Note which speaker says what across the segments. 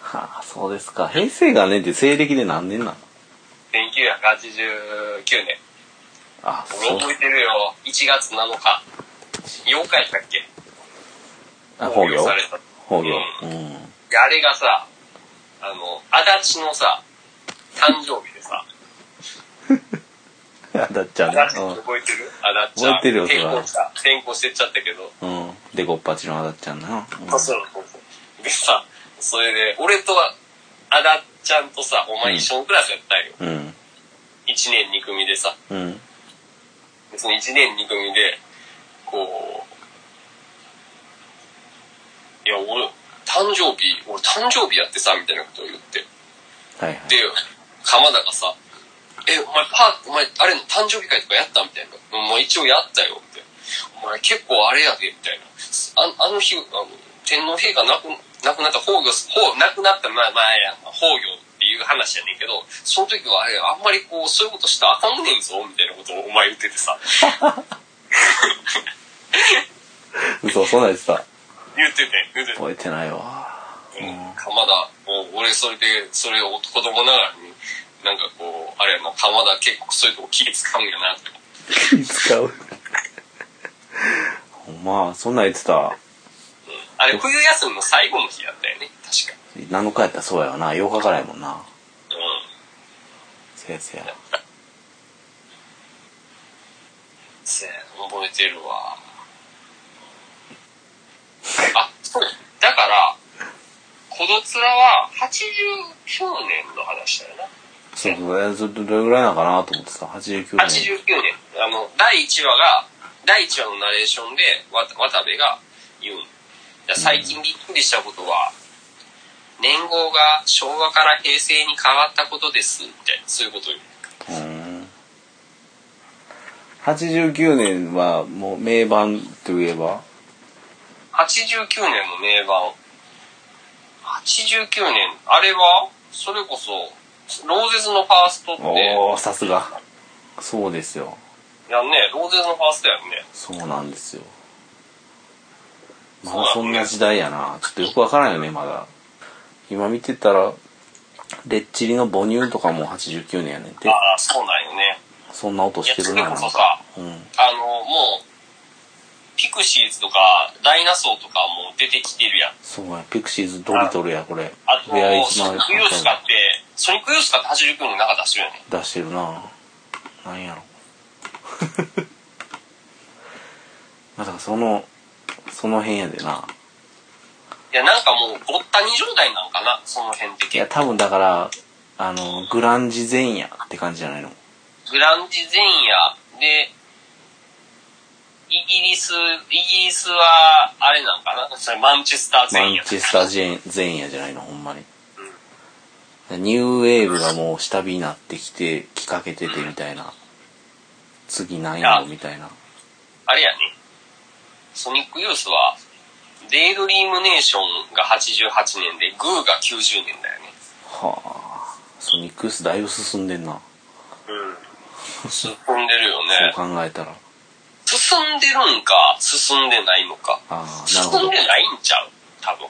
Speaker 1: はあ、そうですか。平成元年って西暦で何年なの
Speaker 2: 1989年。
Speaker 1: あ、そう
Speaker 2: 俺。覚えてるよ。1月7日。8日やったっけ
Speaker 1: あ、法業
Speaker 2: された。
Speaker 1: 法業。
Speaker 2: う
Speaker 1: うん。
Speaker 2: であれがさ、あの、足立のさ、誕生日でさ、
Speaker 1: あだっちゃうね
Speaker 2: 足立って覚えてる足立
Speaker 1: 覚えてるよ
Speaker 2: 転
Speaker 1: それは
Speaker 2: 校した。転校してっちゃったけど、
Speaker 1: うん。うん。で、ごっぱちのあだっちゃんな。うん
Speaker 2: そうそうそう。でさ、それで、俺とは、あだっちゃんとさ、お前一緒のクラスやったんよ。
Speaker 1: うん。
Speaker 2: 1年2組でさ。
Speaker 1: うん。
Speaker 2: でその1年2組で、こう、いや、俺、誕生日、俺誕生日やってさ、みたいなことを言って。
Speaker 1: はいはい。
Speaker 2: で、鎌田がさ、え、お前パー、お前、あれの誕生日会とかやったみたいな。うんまあ一応やったよ、みたいな。お前結構あれやで、みたいな。ああの日、あの、天皇陛下亡く亡くなった崩御、崩亡くなった前前やん、崩御っていう話やねんけど、その時はあれ、あんまりこう、そういうことしたらあかんねんぞ、みたいなことをお前言っててさ、
Speaker 1: 嘘、そんなんやつさ。
Speaker 2: 言ってて、言ってて。
Speaker 1: 覚えてないわ。
Speaker 2: うん鎌田、もう俺それで、それを子供ながらに、なんかこう、あれやな、鎌田結構そういうとこ気使うんやなって。
Speaker 1: 気使う。 ほんま、そんなん言ってた。
Speaker 2: あれ、冬休みの最後の日やったよね、確か。
Speaker 1: 7日やったらそうやわな。8日からやもんな。
Speaker 2: うん。
Speaker 1: せやせや。
Speaker 2: せや、覚えてるわ。あ、そうやだから、こどつらは80周年の話だよな。
Speaker 1: そうそう、えそれどれぐらいなのかなと思ってさ、89年。
Speaker 2: 89年、あの、第1話が、第1話のナレーションで、わ渡部が言うん。いや最近びっくりしたことは、年号が昭和から平成に変わったことです、みたいな、そういうこと言う。
Speaker 1: うーん。89年はもう名盤といえば、
Speaker 2: 89年の名盤。89年、あれはそれこそ、ローゼズのファーストって、
Speaker 1: おー、さすが。そうですよ。
Speaker 2: やんね、ローゼズのファーストやんね。
Speaker 1: そうなんですよ。ま
Speaker 2: そう
Speaker 1: だ
Speaker 2: だ
Speaker 1: そんな時代やな。ちょっとよくわからんよね、まだ。今見てたら、レッチリの母乳とかも89年やねんて。
Speaker 2: ああ、そうなんよね。
Speaker 1: そんな音
Speaker 2: い
Speaker 1: し
Speaker 2: や、
Speaker 1: てる
Speaker 2: そ
Speaker 1: な。
Speaker 2: れ
Speaker 1: な
Speaker 2: こ
Speaker 1: ん
Speaker 2: そ
Speaker 1: かう
Speaker 2: さ、
Speaker 1: ん。
Speaker 2: あの、もう、ピクシーズとか、ダイナソーとかもう出てきてるやん。
Speaker 1: そうや、ピクシーズドリトルや、これ。
Speaker 2: あと、
Speaker 1: ベアイズ
Speaker 2: ソ
Speaker 1: マ
Speaker 2: ニ
Speaker 1: イ
Speaker 2: ックヨースカって、ソニックヨースカって89年なんか出してるよね。
Speaker 1: 出してるななんやろ まあだからそのその辺やでない
Speaker 2: や、なんかもう、ごった20代なんかな、その辺って
Speaker 1: いや
Speaker 2: 結構。
Speaker 1: 多分だからあのグランジ前夜って感じじゃないの
Speaker 2: グランジ前夜で、イギリス、イギリスは、あれなんかなそれマンチェスター
Speaker 1: マ
Speaker 2: 前
Speaker 1: ン
Speaker 2: 夜。
Speaker 1: チェスター前前夜じゃないのほんまに、ニューウェーブがもう下火になってきてきかけててみたいな次なんやろみたいな
Speaker 2: あれやね。ソニックユースは、デイドリームネーションが88年で、グーが90年だよね。
Speaker 1: はあソニックスだいぶ進んでんな、
Speaker 2: うん。進んでるよね。
Speaker 1: そう考えたら
Speaker 2: 進んでるんか、進んでないのか。
Speaker 1: ああなるほ
Speaker 2: 進
Speaker 1: ど
Speaker 2: んでないんちゃう多分。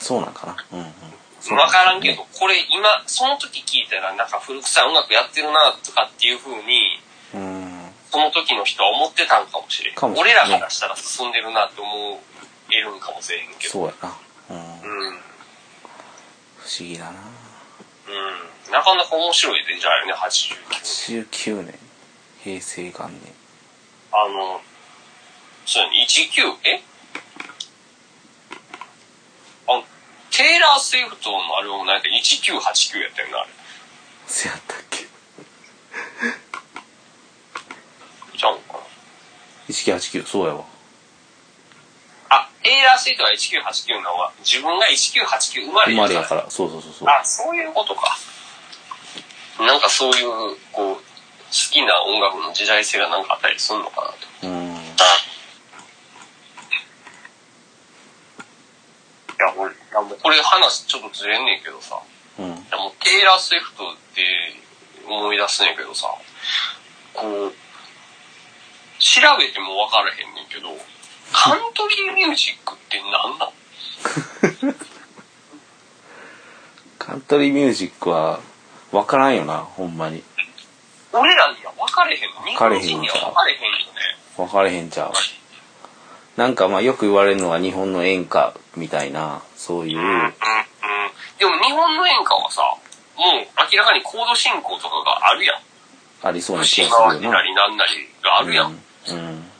Speaker 1: そうなんかなうんうん
Speaker 2: わからんけど、これ今、その時聞いたらなんか古臭い音楽やってるなとかっていう風に、
Speaker 1: うん
Speaker 2: その時の人は思ってたんかもしれん。
Speaker 1: かもしれ
Speaker 2: 俺
Speaker 1: んね
Speaker 2: らからしたら進んでるなって思えるんかもしれへんけど。
Speaker 1: そうやな、うん、
Speaker 2: う
Speaker 1: 不
Speaker 2: ん。うん。
Speaker 1: 思議だな
Speaker 2: なかなか面白いで、じゃあよね、89。
Speaker 1: 89年平成元年
Speaker 2: あの、そうやね、19、えあの、テイラー・スウィフトのアルバムなんか1989やったよな、あれ。
Speaker 1: せやったっけ
Speaker 2: ちゃうんかな。
Speaker 1: 1989そうやわ
Speaker 2: あ、テイラー・スウィフトが1989なのは、自分が1989生ま
Speaker 1: 生
Speaker 2: れ
Speaker 1: ま
Speaker 2: やか
Speaker 1: れ
Speaker 2: ら
Speaker 1: やからそうそうそうそう
Speaker 2: あ、そういうことか。なんかそういう、こう、好きな音楽の時代性がなんかあったりするのかなと。
Speaker 1: うん
Speaker 2: いや、俺、いやもうこれ話ちょっとずれんねんけどさ。
Speaker 1: うん
Speaker 2: いやもうテイラー・スウィフトって思い出すねんけどさ、こう、調べても分からへんねんけど、カントリーミュージックって何なん
Speaker 1: ントリーミュージックは分からんよなほんまに
Speaker 2: 俺らには分かれへんの。日
Speaker 1: 分かれへ
Speaker 2: 本
Speaker 1: ん
Speaker 2: 人には分かれへんよね。
Speaker 1: 分かれへんちゃうなんかまあよく言われるのは日本の演歌みたいなそういう
Speaker 2: うん、うん、うん。でも日本の演歌はさ、もう明らかにコード進行とかがあるやん。
Speaker 1: ありそうな気
Speaker 2: 節
Speaker 1: が
Speaker 2: 回
Speaker 1: する
Speaker 2: り
Speaker 1: よ
Speaker 2: な
Speaker 1: な
Speaker 2: りなんなりがあるやん。
Speaker 1: うん、うん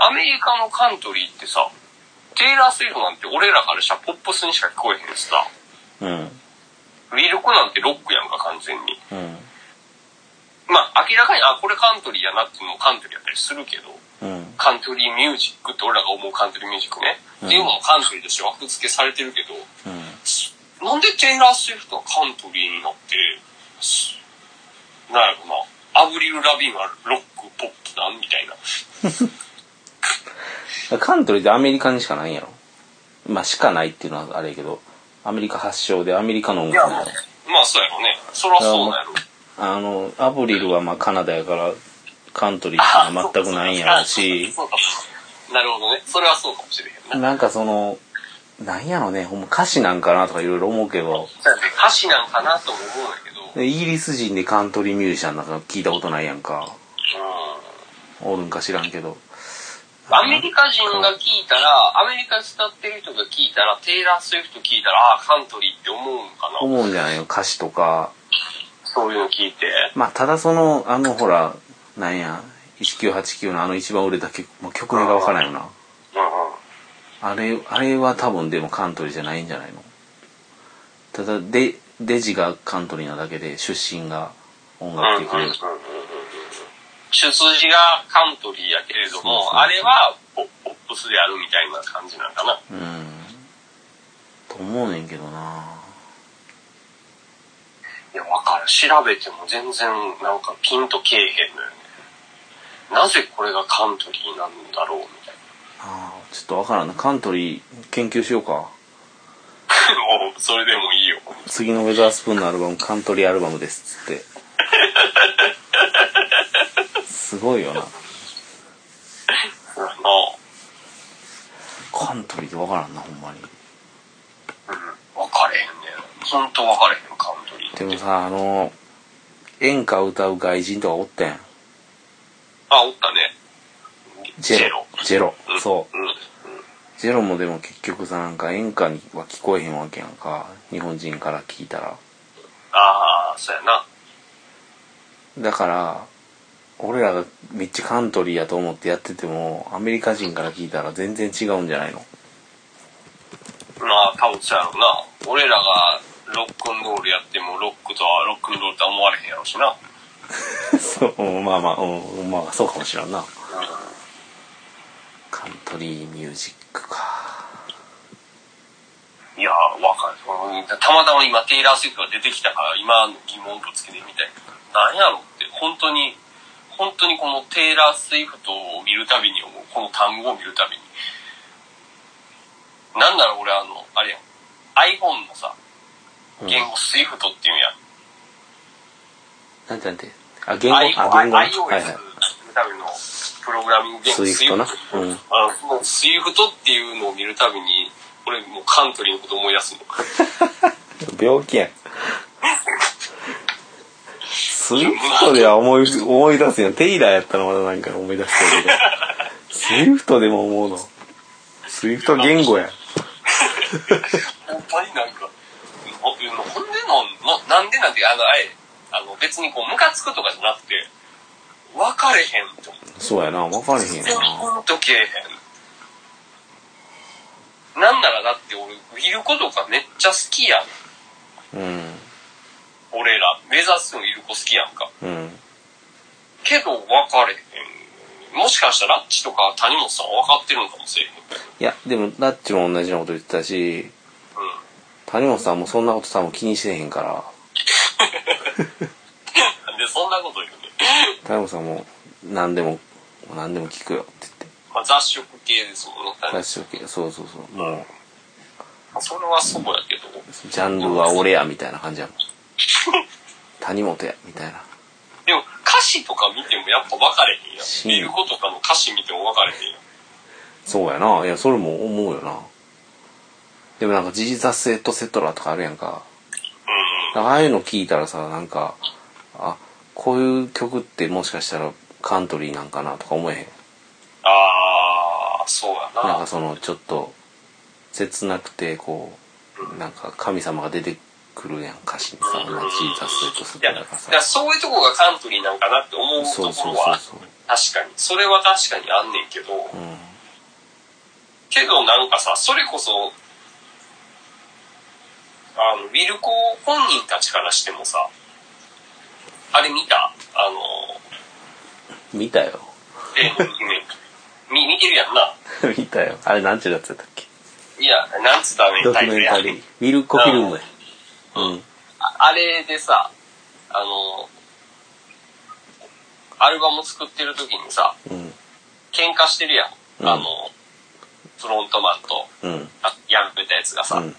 Speaker 2: アメリカのカントリーってさ、テイラー・スウィフトなんて俺らからしたらポップスにしか聞こえへんしさ、
Speaker 1: うん
Speaker 2: ミルクなんてロックやんか、完全に。
Speaker 1: うん
Speaker 2: まあ明らかに、あ、これカントリーやなっていうのもカントリーやったりするけど、
Speaker 1: うん
Speaker 2: カントリーミュージックって俺らが思うカントリーミュージックね。っていうのもカントリーとして枠付けされてるけど、
Speaker 1: うん
Speaker 2: なんでテイラー・スウィフトはカントリーになって、すなんやろな、アブリル・ラビーンはロック、ポップなんみたいな。
Speaker 1: カントリーってアメリカにしかないんやろまあしかないっていうのはあれやけどアメリカ発祥でアメリカの音楽なんやろ
Speaker 2: まあそうやろね。そらそうなんやろ。
Speaker 1: あのアブリルはまあカナダやからカントリーっていうのは全くないんやろうし
Speaker 2: そうかそうかなるほどね。それはそうかもしれへんな。
Speaker 1: なんかそのなんやろねほんま歌詞なんかなとかいろいろ思うけど
Speaker 2: 歌詞なんかなとも思うんだけど、うん。
Speaker 1: イギリス人でカントリーミュージシャンなんか聞いたことないやんかおるんか知らんけど
Speaker 2: アメリカ人が聞いたら、アメリカ伝ってる人が聞いたら、テイラー・スウィフト聞いたら、ああ、カントリーって思うんかな。
Speaker 1: 思うんじゃないよ歌詞とか
Speaker 2: そういうの聞いて。
Speaker 1: まあただそのあのほらなんや1989のあの一番売れた曲、まあ、曲名がわからんよな
Speaker 2: うんうん。
Speaker 1: あれ、あれは多分でもカントリーじゃないんじゃないのただ、で、デジがカントリーなだけで、出身が音楽的に。
Speaker 2: 出自がカントリーやけれ
Speaker 1: そ
Speaker 2: ども、
Speaker 1: うそうそう
Speaker 2: あれはポポップスであるみたいな感じなんかな。
Speaker 1: うん。と思うねんけどない
Speaker 2: や、わからん。調べても全然なんかピンとけえへんのよね。なぜこれがカントリーなんだろうみたいな。
Speaker 1: ああ、ちょっとわからんな。カントリー研究しようか。
Speaker 2: もう、それでもいいよ。
Speaker 1: 次のウェザースプーンのアルバム、カントリーアルバムですっ つって。すごいよな。
Speaker 2: あの、
Speaker 1: カントリーってわからんな、ほんまに。
Speaker 2: うん、分かれへんね。ほんと分かれへん、カントリーって。
Speaker 1: でもさ、あの、演歌歌う外人とかおってん。
Speaker 2: あ、おったね。
Speaker 1: ジェロ。ジェロ
Speaker 2: う。ん
Speaker 1: そう。
Speaker 2: うん。
Speaker 1: ゼロもでも結局さなんか演歌には聞こえへんわけやんか日本人から聞いたら
Speaker 2: ああ、そうやな。
Speaker 1: だから俺らがめっちゃカントリーやと思ってやっててもアメリカ人から聞いたら全然違うんじゃないの
Speaker 2: まあ、多分そうやろうな。俺らがロックンロールやっても、ロックとはロックンロールとは思われへんやろうしな。
Speaker 1: そうまあまあ、うん、まあそうかもしらんなカントリーミュージックか
Speaker 2: いやー、わかんない。たまたま今、テイラー・スウィフトが出てきたから、今の疑問をぶつけてみたいな。なんやろって、本当に、本当にこのテイラー・スウィフトを見るたびに思う。この単語を見るたびに。なんなら俺、あの、あれやん。iPhone のさ、
Speaker 1: うん
Speaker 2: 言語スイフトっていうんや。
Speaker 1: なんてなんてあ言語あ
Speaker 2: I-
Speaker 1: 言語ね
Speaker 2: I- iOS
Speaker 1: はいはい
Speaker 2: 見るためのプログラミング言語
Speaker 1: Swift な
Speaker 2: Swift
Speaker 1: うん
Speaker 2: あのもう Swift っていうのを見るたびに、俺もうカントリーのこと思い出すの。
Speaker 1: 病気やんスイフトでは思い思い出すやんテイラーやったらまだなんか思い出してるけどスイフトでも思うのスイフト言語やん
Speaker 2: 本当になんか、ほほんでなん、ななんでなんて、あの、あれ、あの、別にこう、ムカつくとかじゃなくて、分かれへんと思って。
Speaker 1: そうやな分かれへん
Speaker 2: 全
Speaker 1: や
Speaker 2: 然
Speaker 1: な
Speaker 2: ほんとけえへん。なんならだって俺、いることがめっちゃ好きやん。
Speaker 1: うん
Speaker 2: 俺ら、目指すのいる子好きやんか。
Speaker 1: うん
Speaker 2: けど、分かれへん。もしかしたら、ラッチとか谷本さんは分かってるのかもしれへん。
Speaker 1: いやでもラッチも同じようなこと言ってたし
Speaker 2: うん。
Speaker 1: 谷本さんもそんなこと多分気にしてへんから
Speaker 2: なんでそんなこと言うね。
Speaker 1: 谷本さんも何でも何でも聞くよって言って
Speaker 2: まあ、雑食系ですもんね。
Speaker 1: ラッチとけそうそうそうも
Speaker 2: それはそうやけど。
Speaker 1: うジャンルは俺やみたいな感じやもん谷本やみたいな
Speaker 2: でも歌詞とか見てもやっぱ分かれへんやん。
Speaker 1: うん
Speaker 2: ビルコとかの歌詞見ても分かれへんやん。
Speaker 1: そうやな。いや、それも思うよな。でもなんか、ジーザス・エット・セトラとかあるやんか。だからああいうの聞いたらさなんかあこういう曲ってもしかしたらカントリーなんかなとか思えへん
Speaker 2: ああ、そうやな。
Speaker 1: なんかそのちょっと切なくてこうなんか神様が出てくるやん歌詞にさ「
Speaker 2: うん
Speaker 1: まあジーザス」とす
Speaker 2: いや
Speaker 1: る
Speaker 2: だ
Speaker 1: と
Speaker 2: か
Speaker 1: からさ
Speaker 2: そういうとこがカントリーなんかなって思う
Speaker 1: そうそ
Speaker 2: とこ
Speaker 1: う
Speaker 2: ろ
Speaker 1: そう
Speaker 2: は
Speaker 1: そう
Speaker 2: 確かにそれは確かにあんねんけど、
Speaker 1: うん
Speaker 2: けどなんかさそれこそあのウィルコ本人たちからしてもさあれ見たあの
Speaker 1: 見たよ
Speaker 2: 例の夢見見てるやんな
Speaker 1: 見たよあれなんちゅうやつやったっけ
Speaker 2: いやなんつったらね
Speaker 1: ドキ
Speaker 2: タイ
Speaker 1: ュ
Speaker 2: ト
Speaker 1: メ
Speaker 2: ル
Speaker 1: ン
Speaker 2: や
Speaker 1: タリーウィルコフィルムやうん
Speaker 2: ああれでさあのアルバム作ってる時にさ
Speaker 1: うん
Speaker 2: 喧嘩してるやん、
Speaker 1: うん
Speaker 2: あのフロントマンと
Speaker 1: うん
Speaker 2: あやめたやつがさ、
Speaker 1: うん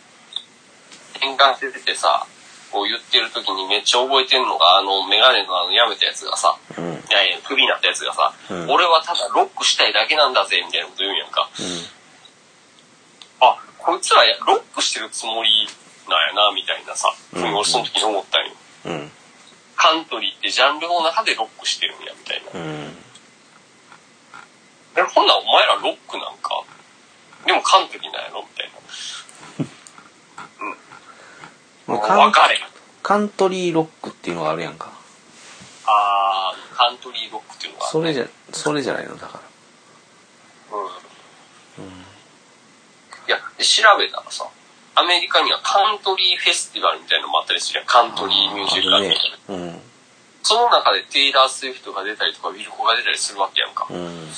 Speaker 2: 転換しててさ、こう言ってる時にめっちゃ覚えてんのが、あの、メガネのあの、やめたやつがさ、
Speaker 1: うんうん
Speaker 2: いやいや、クビになったやつがさ、
Speaker 1: うん
Speaker 2: 俺はただロックしたいだけなんだぜ、みたいなこと言うんやんか。あ、こいつらやロックしてるつもりなんやな、みたいなさ、
Speaker 1: うん
Speaker 2: 俺その時に思ったんよ。
Speaker 1: うん
Speaker 2: カントリーってジャンルの中でロックしてるんや、みたいな。
Speaker 1: うん
Speaker 2: でほんならお前らロックなんか、でもカントリーなんやろ、みたいな。
Speaker 1: まあカ
Speaker 2: 分
Speaker 1: ン
Speaker 2: かれへん。
Speaker 1: カントリーロックっていうのがあるやんか
Speaker 2: あー、カントリーロックっていうのがある
Speaker 1: それじゃそれじゃないのだから
Speaker 2: うんいや、で調べたらさ、アメリカにはカントリーフェスティバルみたいなのもあったりするやん。カントリーミュージックア
Speaker 1: あ
Speaker 2: ル
Speaker 1: る
Speaker 2: み
Speaker 1: ね
Speaker 2: たいな。
Speaker 1: うん
Speaker 2: その中でテイラー・スウィフトが出たりとか、ウィルコが出たりするわけやんか。
Speaker 1: うん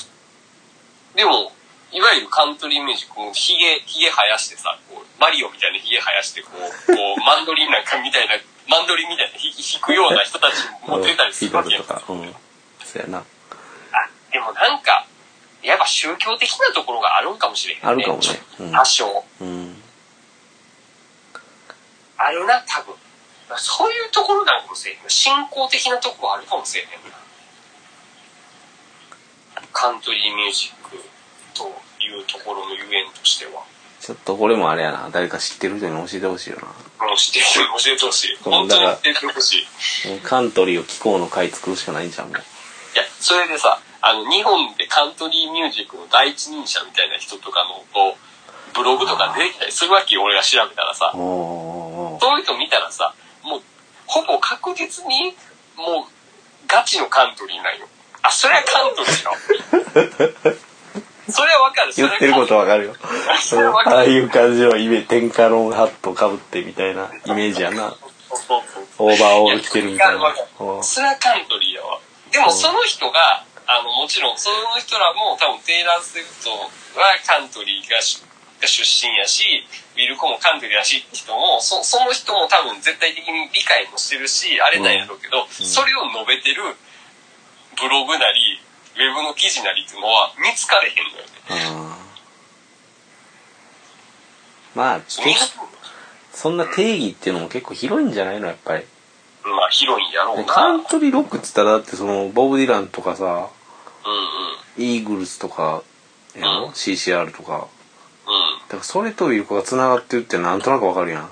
Speaker 2: でも、いわゆるカントリーミュージックもヒゲ、ヒゲ生やしてさ、こう、マリオみたいなヒゲ生やして、こう、こう マンドリンなんかみたいな、マンドリンみたいな弾弾くような人たちも出たりするわけや ん
Speaker 1: とかうんそうやな
Speaker 2: あ、でもなんか、やっぱ宗教的なところがあるんかもしれへんね。
Speaker 1: あるかもねうん
Speaker 2: 多少。
Speaker 1: うん
Speaker 2: あるな、多分。そういうところなんかもしれへんな。信仰的なとこはあるかもしれへんな。カントリーミュージックというところのゆえんとしては。
Speaker 1: ちょっとこれもあれやな誰か知ってる人に教えてほしいよな
Speaker 2: もう知ってる、教えてほしい。
Speaker 1: この
Speaker 2: 本当に
Speaker 1: だ
Speaker 2: 教えてほしい。い
Speaker 1: もうカントリーを聞こうの回作るしかないんじゃんもう
Speaker 2: や、それでさ、あの、日本でカントリーミュージックの第一人者みたいな人とかの、こう、ブログとか出てきたりするわけよ、俺が調べたらさ。
Speaker 1: おーおーおー
Speaker 2: そういうの見たらさ、もう、ほぼ確実に、もう、ガチのカントリーなんよ。あ、それはカントリーよ。 それはわかる。そ
Speaker 1: 言
Speaker 2: れ
Speaker 1: ってることわかるよ
Speaker 2: それはわ
Speaker 1: あ
Speaker 2: か
Speaker 1: あ
Speaker 2: る。
Speaker 1: いう感じのイメージ天下のハットかぶってみたいなイメージやなオーバーオール着てるみたい
Speaker 2: やわ
Speaker 1: な
Speaker 2: かるわか
Speaker 1: お
Speaker 2: る
Speaker 1: ー
Speaker 2: それはカントリーやわ。でもその人が、あの、もちろん、その人らも多分テイラー・スウィフトはカントリーがしが出身やし、ウィルコもカントリーやしって人も、そその人も多分絶対的に理解もしてるし、あれなんやろうけど、それを述べてるブログなり、ウェブの記事なりっていうのは見つかれへんのよね。
Speaker 1: あーまあて
Speaker 2: 見
Speaker 1: そんな定義っていうのも結構広いんじゃないのやっぱり
Speaker 2: まあ、広いんやろう
Speaker 1: カ
Speaker 2: な。う
Speaker 1: ントリーロックっつったらだってそのボブ・ディランとかさ
Speaker 2: んうん。
Speaker 1: イーグルスとかやろ、
Speaker 2: うん
Speaker 1: CCR とか
Speaker 2: うん。
Speaker 1: だからそれという子がつながってるってなんとなくわかるやん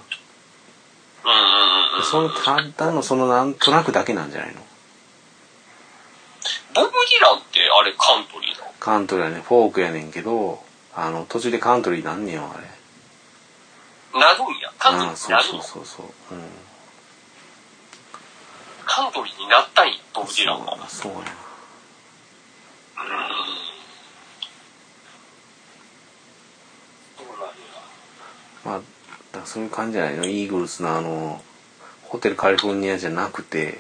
Speaker 2: うんうんうんうん。
Speaker 1: そのただのそのなんとなくだけなんじゃないの
Speaker 2: ボブ・ディランってあれカントリーなの
Speaker 1: カントリーやねんフォークやねんけどあの途中でカントリーなんねんよあれ
Speaker 2: なるんや。カント
Speaker 1: あ
Speaker 2: リー
Speaker 1: あ
Speaker 2: に
Speaker 1: そ
Speaker 2: な
Speaker 1: う
Speaker 2: る
Speaker 1: そう
Speaker 2: の
Speaker 1: そうそううん
Speaker 2: カントリーになったんや、ボブ・ディランは。
Speaker 1: そうそうやな
Speaker 2: そうなんや。
Speaker 1: まあだからそういう感じじゃないのイーグルスのあのホテルカリフォルニアじゃなくて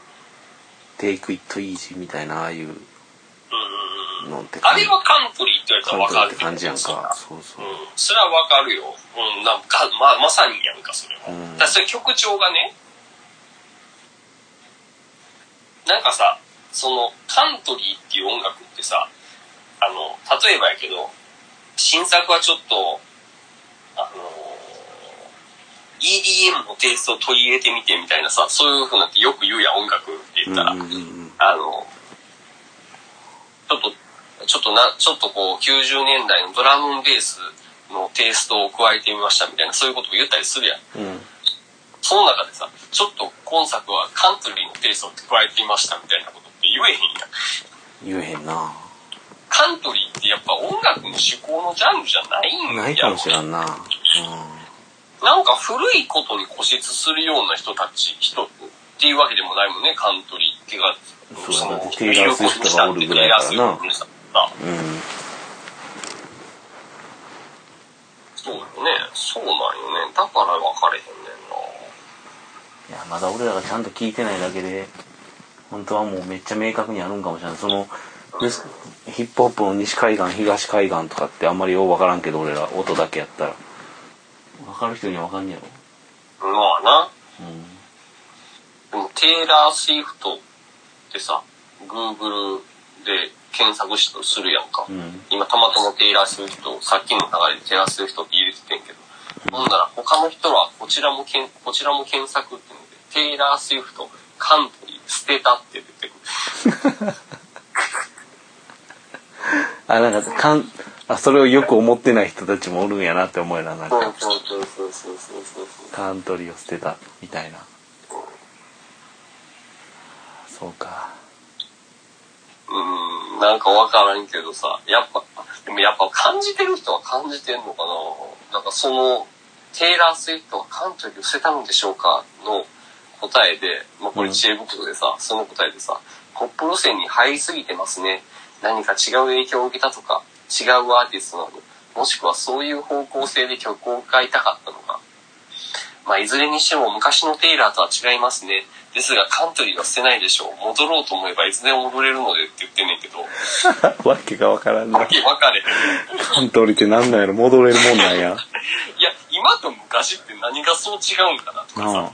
Speaker 1: 「テイク・イット・イージー」みたいなああいう
Speaker 2: うんうんうん。
Speaker 1: のって
Speaker 2: あ
Speaker 1: 感じ
Speaker 2: れはカントリーって言われた
Speaker 1: カ
Speaker 2: ら
Speaker 1: ン
Speaker 2: わ
Speaker 1: トリ
Speaker 2: か
Speaker 1: ーっ
Speaker 2: る
Speaker 1: て
Speaker 2: けど
Speaker 1: 感じやんかそう
Speaker 2: う
Speaker 1: そ
Speaker 2: ん
Speaker 1: う、
Speaker 2: それはわかるよ。うん、なんか、ま、まさにやんか、それは。
Speaker 1: うん
Speaker 2: だからそれ曲調がね、なんかさ、その、カントリーっていう音楽ってさ、あの、例えばやけど、新作はちょっと、あのー、EDM のテイストを取り入れてみてみたいなさ、そういうふうなってよく言うやん、音楽って言
Speaker 1: う
Speaker 2: っ
Speaker 1: ん
Speaker 2: たら。
Speaker 1: うんうんうん
Speaker 2: あの、ちょっと、ちょっとな、ちょっとこう、90年代のドラムンベースのテイストを加えてみましたみたいな、そういうことを言ったりするやん。
Speaker 1: うん
Speaker 2: その中でさ、ちょっと今作はカントリーのテイストって加えてみましたみたいなことって言えへんやん。
Speaker 1: 言えへんな
Speaker 2: カントリーってやっぱ音楽の趣向のジャンルじゃないんや
Speaker 1: ないかもしれ
Speaker 2: ん。
Speaker 1: んなうん
Speaker 2: なんか古いことに固執するような人たち、人っていうわけでもないもんね、カントリーってが、
Speaker 1: そうテイラースウィフトがおるぐらいやからな
Speaker 2: テイラースウィフトにしたってさ
Speaker 1: うん
Speaker 2: そうよね、そうなんよね。だから分かれへんねんな。
Speaker 1: いやまだ俺らがちゃんと聞いてないだけで本当はもうめっちゃ明確にあるんかもしれないそのニスヒップホップの西海岸東海岸とかってあんまりよう分からんけど俺ら音だけやったら分かる人には分かんねやろ
Speaker 2: まあな。
Speaker 1: うん
Speaker 2: でも、テイラー・スウィフトってさ、Google で検索しするやんか。
Speaker 1: うん
Speaker 2: 今、たまたまテイラー・スウィフト、さっきの流れでテイラー・スウィフトって入れててんけど、ほんなら他の人はこちらもけん、こちらも検索っていうので、テイラー・スウィフト、カントリー、捨てたって出てくる。
Speaker 1: あなんかかんあそれをよく思ってない人たちもおるんやなって思えななんか
Speaker 2: そうそうそうそうそうそうそう。
Speaker 1: カントリーを捨てたみたいなそうか
Speaker 2: うーん、なんかわからんけどさ、やっぱ、でもやっぱ感じてる人は感じてんのかななんかその、テイラー・スウィフトはカントリーを捨てたのでしょうかの答えで、まあこれ知恵袋でさ、その答えでさ、ポップ路線に入りすぎてますね。何か違う影響を受けたとか、違うアーティストなど、もしくはそういう方向性で曲を買いたかったのか。まあ、いずれにしても昔のテイラーとは違いますね。ですが、カントリーは捨てないでしょう。戻ろうと思えばいつでも戻れるのでって言ってんねんけど、
Speaker 1: わけがわからん
Speaker 2: わ
Speaker 1: な
Speaker 2: け分かれへん。
Speaker 1: カントリーってなんなんやろ戻れるもんなんや
Speaker 2: いや、今と昔って何がそう違うんかなとか
Speaker 1: なあ
Speaker 2: さ。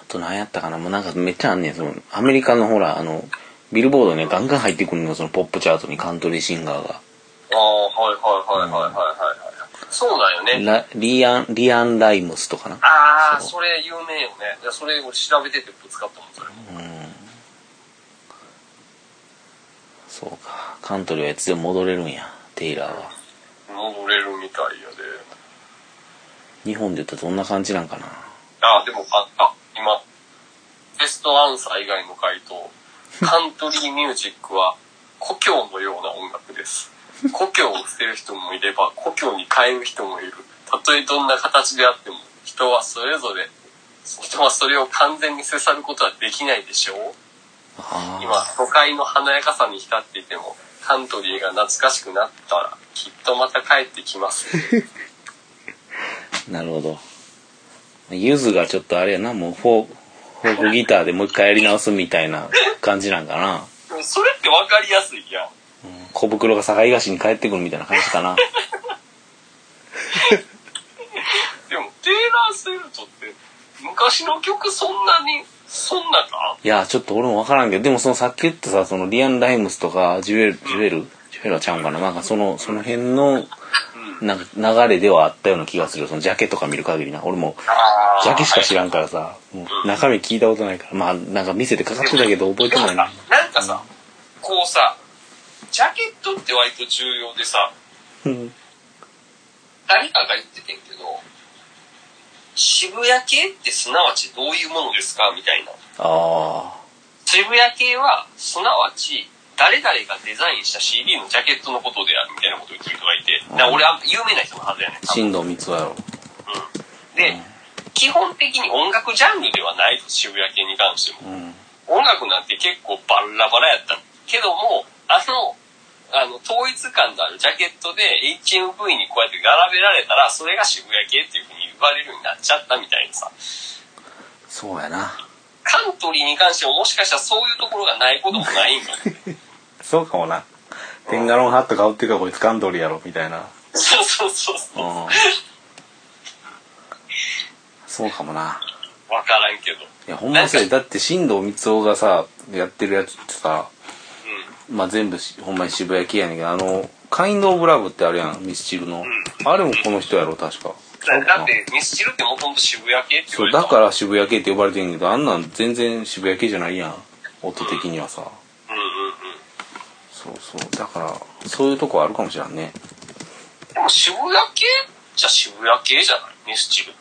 Speaker 1: あと何やったかなもうなんかめっちゃあんねんそのアメリカのほらあのビルボードねガンガン入ってくるのよそのポップチャートにカントリーシンガーが
Speaker 2: ああ、はいはいはいはいはいはいはい。そうなんよね。
Speaker 1: ラリアンリアン・ライムスとかな
Speaker 2: ああ、それ有名よね。いや、それ俺調べててぶつかったもん、それも。
Speaker 1: うんそうかカントリーはいつでも戻れるんやテイラーは
Speaker 2: 戻れるみたいやで。
Speaker 1: 日本で言ったらどんな感じなんかな
Speaker 2: ああ、でもあった。今、ベストアンサー以外の回 答。カントリーミュージックは故郷のような音楽です。故郷を捨てる人もいれば、故郷に変える人もいる。たとえどんな形であっても、人はそれぞれ、人はそれを完全に捨て去ることはできないでしょう。
Speaker 1: あ
Speaker 2: 今
Speaker 1: あ、
Speaker 2: 都会の華やかさに浸っていても、カントリーが懐かしくなったら、きっとまた帰ってきます。
Speaker 1: なるほどゆずがちょっとあれやなもうフォーフォークギターでもう一回やり直すみたいな感じなんかな
Speaker 2: でも それってわかりやすいやん。
Speaker 1: 小袋が堺菓子に帰ってくるみたいな感じかな
Speaker 2: でも、テイラー・スウィフトって、昔の曲そんなに、そんなか
Speaker 1: いやちょっと俺も分からんけどでもそのさっき言ったさそのリアン・ライムスとかジュエルジュエルジュエルはちゃうんかななんかそのその辺のなんか流れではあったような気がするそのジャケとか見る限りな俺も
Speaker 2: あ
Speaker 1: ジャケしか知
Speaker 2: ら
Speaker 1: らんからさもう中身聞いたことないからまあなんか店でかかってたけど覚えてないな
Speaker 2: なんかさ、こうさ、ジャケットって割と重要でさ、
Speaker 1: うん
Speaker 2: 誰かが言っててんけど、渋谷系ってすなわちどういうものですかみたいな。
Speaker 1: あ
Speaker 2: 渋谷系は、すなわち、誰々がデザインした CD のジャケットのことであるみたいなことを言ってる人がいて、な俺あんま有名な人のはずやねん
Speaker 1: あ進藤光雄やろ
Speaker 2: で、基本的に音楽ジャンルではないと、渋谷系に関しても。
Speaker 1: うん
Speaker 2: 音楽なんて結構バラバラやったけどもあのあの統一感のあるジャケットで HMV にこうやって並べられたらそれが渋谷系っていうふうに言われるようになっちゃったみたいなさ
Speaker 1: そうやな
Speaker 2: カントリーに関してももしかしたらそういうところがないこともないんかも
Speaker 1: そうかもなテンガロンハット買うっていうかこいつカンドリやろみた いな
Speaker 2: そうそうそうそう
Speaker 1: うんそうかもな。
Speaker 2: わからんけど
Speaker 1: いや、ほんま そうや
Speaker 2: なん
Speaker 1: だって、新藤光雄がさ、やってるやつってさ、
Speaker 2: う
Speaker 1: まあ、全部し、ほんまに渋谷系やねんけど、あの、カインド・オブ・ラブってあるやん、ミスチルの。あれもこの人やろ、確か。
Speaker 2: んだだってミスチルってもともと渋谷系って言
Speaker 1: そ
Speaker 2: わ
Speaker 1: う、
Speaker 2: れた
Speaker 1: だから渋谷系って呼ばれてんけど、あんなん全然渋谷系じゃないやん。音的にはさ。
Speaker 2: うんうんうん
Speaker 1: そうそう。だから、そういうとこあるかもしらんね。
Speaker 2: でも渋谷系じゃ渋谷系じゃないミスチルって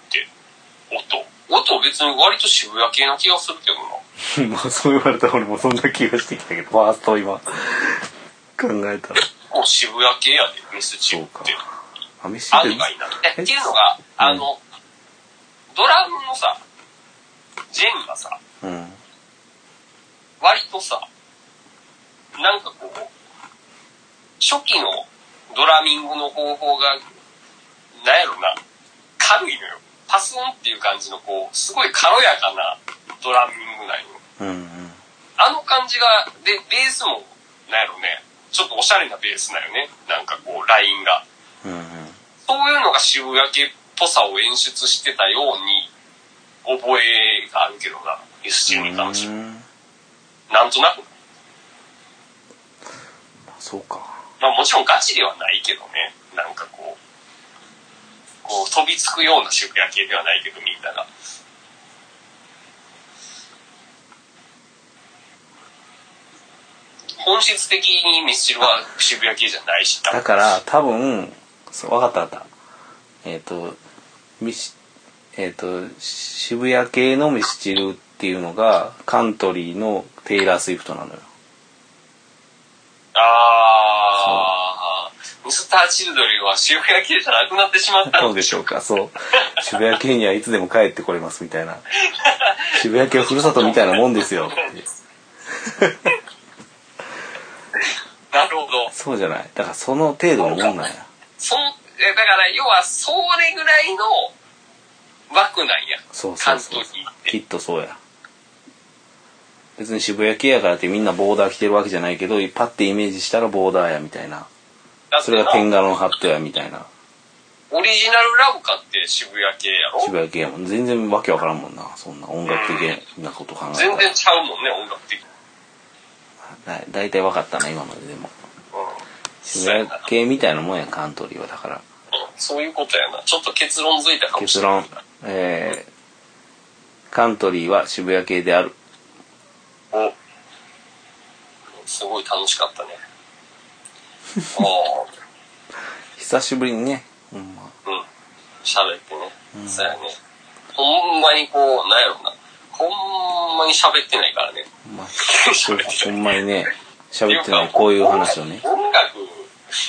Speaker 2: 音音別に割と渋谷系な気がするけど な。
Speaker 1: まあそう言われたら俺もそんな気がしてきたけどファーストを今考えたら
Speaker 2: もう渋谷系やで、ミスチ
Speaker 1: そ
Speaker 2: ル
Speaker 1: う
Speaker 2: っ
Speaker 1: か
Speaker 2: て。
Speaker 1: アメシ
Speaker 2: ありがいな。えっていうのが、あの、ドラムのさ、ジェンがさ、
Speaker 1: うん
Speaker 2: 割とさ、なんかこう、初期のドラミングの方法が、なんやろな、軽いのよ。パスンっていう感じの、こう、すごい軽やかなドラミングなんよ。
Speaker 1: うんうん
Speaker 2: あの感じが、で、ベースも、なんやろね、ちょっとおしゃれなベースなんよね。なんかこう、ラインが。
Speaker 1: うんうん
Speaker 2: そういうのが渋谷系っぽさを演出してたように、覚えがあるけどな、ミスチルに関しては。
Speaker 1: うん
Speaker 2: なんとなく。
Speaker 1: そうか
Speaker 2: まあもちろんガチではないけどね。なんかこう、こう飛びつくような渋谷系ではないけどみんなが。本質的にミスチルは渋谷系じゃないし、多
Speaker 1: だ
Speaker 2: 分
Speaker 1: から多分そう分かった分かったえっ、とミシえっ、と渋谷系のミスチルっていうのがカントリーのテイラー・スウィフトなのよ
Speaker 2: あー、ミスター・チルドレンは渋谷系じゃなくなってしまった
Speaker 1: そ
Speaker 2: の
Speaker 1: うでしょうかそう渋谷系にはいつでも帰ってこれますみたい な渋谷系はふるさとみたいなもんです よって
Speaker 2: なるほど。
Speaker 1: そうじゃないだからその程度のもんなんや
Speaker 2: その、えだから要はそれぐらいの枠なんや。
Speaker 1: そうそうそう
Speaker 2: 関東に行って
Speaker 1: きっとそうや別に渋谷系やからってみんなボーダー着てるわけじゃないけどパッてイメージしたらボーダーやみたいな
Speaker 2: だって
Speaker 1: それ
Speaker 2: な
Speaker 1: が天下のハットやみたいな
Speaker 2: オリジナルラブカって渋谷系やろ
Speaker 1: 渋谷系やもん全然わけわからんもんなそんな音楽的なこと考えた
Speaker 2: 全
Speaker 1: ら
Speaker 2: 然ちゃうもんね、音楽的に。
Speaker 1: だ大体わかったな今まででも
Speaker 2: うん。
Speaker 1: 渋
Speaker 2: そうや
Speaker 1: 谷
Speaker 2: な
Speaker 1: 系みたいなもんやカントリーはだから
Speaker 2: そういうことやな。ちょっと結論づいたかもし
Speaker 1: 結
Speaker 2: れない。
Speaker 1: 論えー、カントリーは渋谷系である
Speaker 2: おすごい楽しかっ たね。あ
Speaker 1: 久しぶりにねほんま
Speaker 2: あ、うん。喋ってね。そうやね。ほんまにこう、なんやろな。ほんまに喋ってないからね。
Speaker 1: ほんま
Speaker 2: 喋ってない
Speaker 1: ほんまにね喋ってないこういう話をね
Speaker 2: 音楽、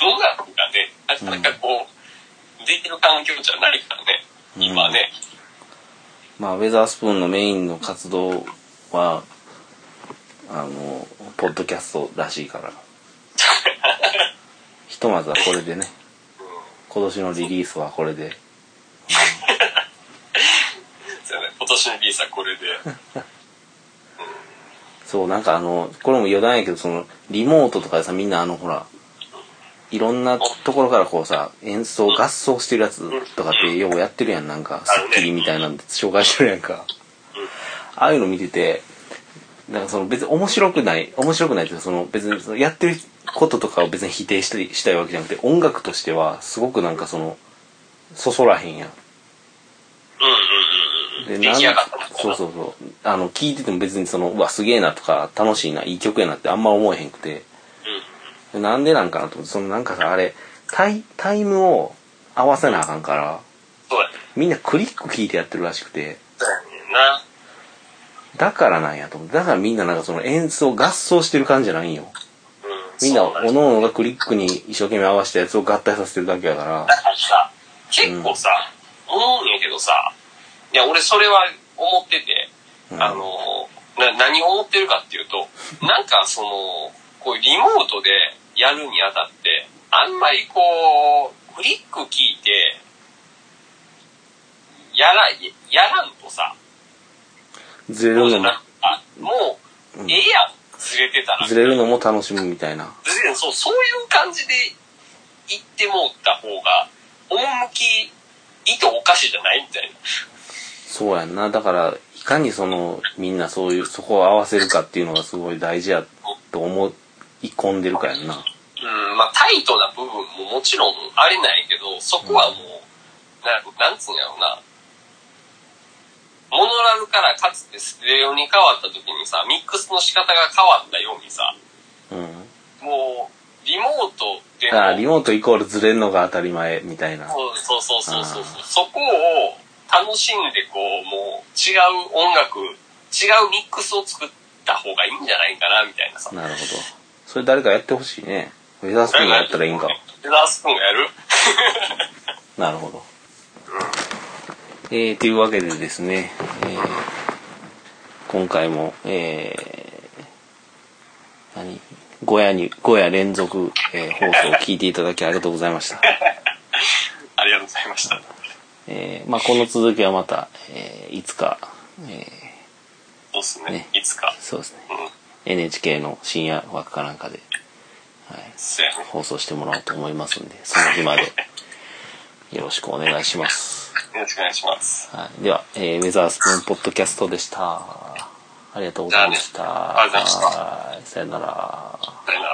Speaker 2: 音楽がね、なかなかこう、できる環境じゃないからね、
Speaker 1: うん
Speaker 2: 今ね。
Speaker 1: まあ、ウェザースプーンのメインの活動は、あの、ポッドキャストらしいから。ひとまずはこれでね。今年のリリースはこれで。
Speaker 2: そうやね今年のリースは これで。
Speaker 1: そう、なんかあの、これも余談やけど、その、リモートとかでさ、みんなあの、ほら、いろんなところからこうさ、演奏、合奏してるやつとかってようやってるやん、なんか、スッキリみたいなんで紹介してるやんか。ああいうの見てて、なんかその別に面白くない、面白くないっていうか、その別にそのやってることとかを別に否定したりしたいわけじゃなくて、音楽としてはすごくなんかその、そそらへんやん。
Speaker 2: うんうんうんう
Speaker 1: で
Speaker 2: ん。
Speaker 1: な
Speaker 2: 出
Speaker 1: ん
Speaker 2: 来上がったな
Speaker 1: そうそうそうあの聞いてても別にそのうわすげえなとか楽しいないい曲やなってあんま思えへんくて、でなんでなんかなと思ってそのなんかさあれタイタイムを合わせなあかんから
Speaker 2: そうやね。
Speaker 1: みんなクリック聞いてやってるらしくて
Speaker 2: そうやねんな。
Speaker 1: だからなんやと思ってだからみんななんかその演奏合奏してる感じじゃないんよ
Speaker 2: うん。
Speaker 1: みんな
Speaker 2: そうやね
Speaker 1: おののがクリックに一生懸命合わせたやつを合体させてるだけやから
Speaker 2: だからさ、結構さ、思うんやけどさ、いや、俺それは思ってて、
Speaker 1: うん
Speaker 2: あの、な何を思ってるかっていうと、なんかその、こうリモートでやるにあたって、あんまりこう、クリック聞いて、やら、やらんとさ、
Speaker 1: ずれ
Speaker 2: も
Speaker 1: る
Speaker 2: う
Speaker 1: のも
Speaker 2: あもう、ええやん、ずれてたら。
Speaker 1: ずれるのも楽しむみたいな
Speaker 2: ずれるそう、そういう感じで行ってもった方が、趣、意図おかしいじゃないみたいな。
Speaker 1: そうやんなだからいかにそのみんなそういうそこを合わせるかっていうのがすごい大事やと思い込んでるからやんな
Speaker 2: うん、まあタイトな部分ももちろんあれないけど、そこはもう、なん、なんつうんやろうな。モノラルからかつてステレオに変わった時にさ、ミックスの仕方が変わったようにさ、
Speaker 1: うん
Speaker 2: もう、リモートで
Speaker 1: だからリ
Speaker 2: も、
Speaker 1: モートイコールずれんのが当たり前みたいな
Speaker 2: そうそうそうそうそう
Speaker 1: あ、
Speaker 2: そこを、楽しんでこう、もう違う音楽、違うミックスを作った方がいいんじゃないかな、みたいなさ。
Speaker 1: なるほど。それ誰かやってほしいね。フェザースプーンがやったらいいんか。
Speaker 2: フェザースプーンがやる
Speaker 1: なるほど。えー、というわけでですね、えー今回も、えー、何 ?5 夜に、5夜連続、えー放送を聞いていただきありがとうございました。
Speaker 2: ありがとうございました。
Speaker 1: えー、まあこの続きはまた、えー、いつか、え
Speaker 2: そうっすね。
Speaker 1: ね
Speaker 2: いつか
Speaker 1: ー、。そうですね、
Speaker 2: うん。
Speaker 1: NHK の深夜枠かなんかで、はい、
Speaker 2: そうやね。
Speaker 1: 放送してもらおうと思いますんで、その日まで、よろしくお願いします。
Speaker 2: よろしくお願いします。
Speaker 1: はい、では、えー、ウェザースプーンポッドキャストでした。ありがとうございました。
Speaker 2: じゃあねありがとうございました
Speaker 1: はいさよなら。
Speaker 2: さよなら。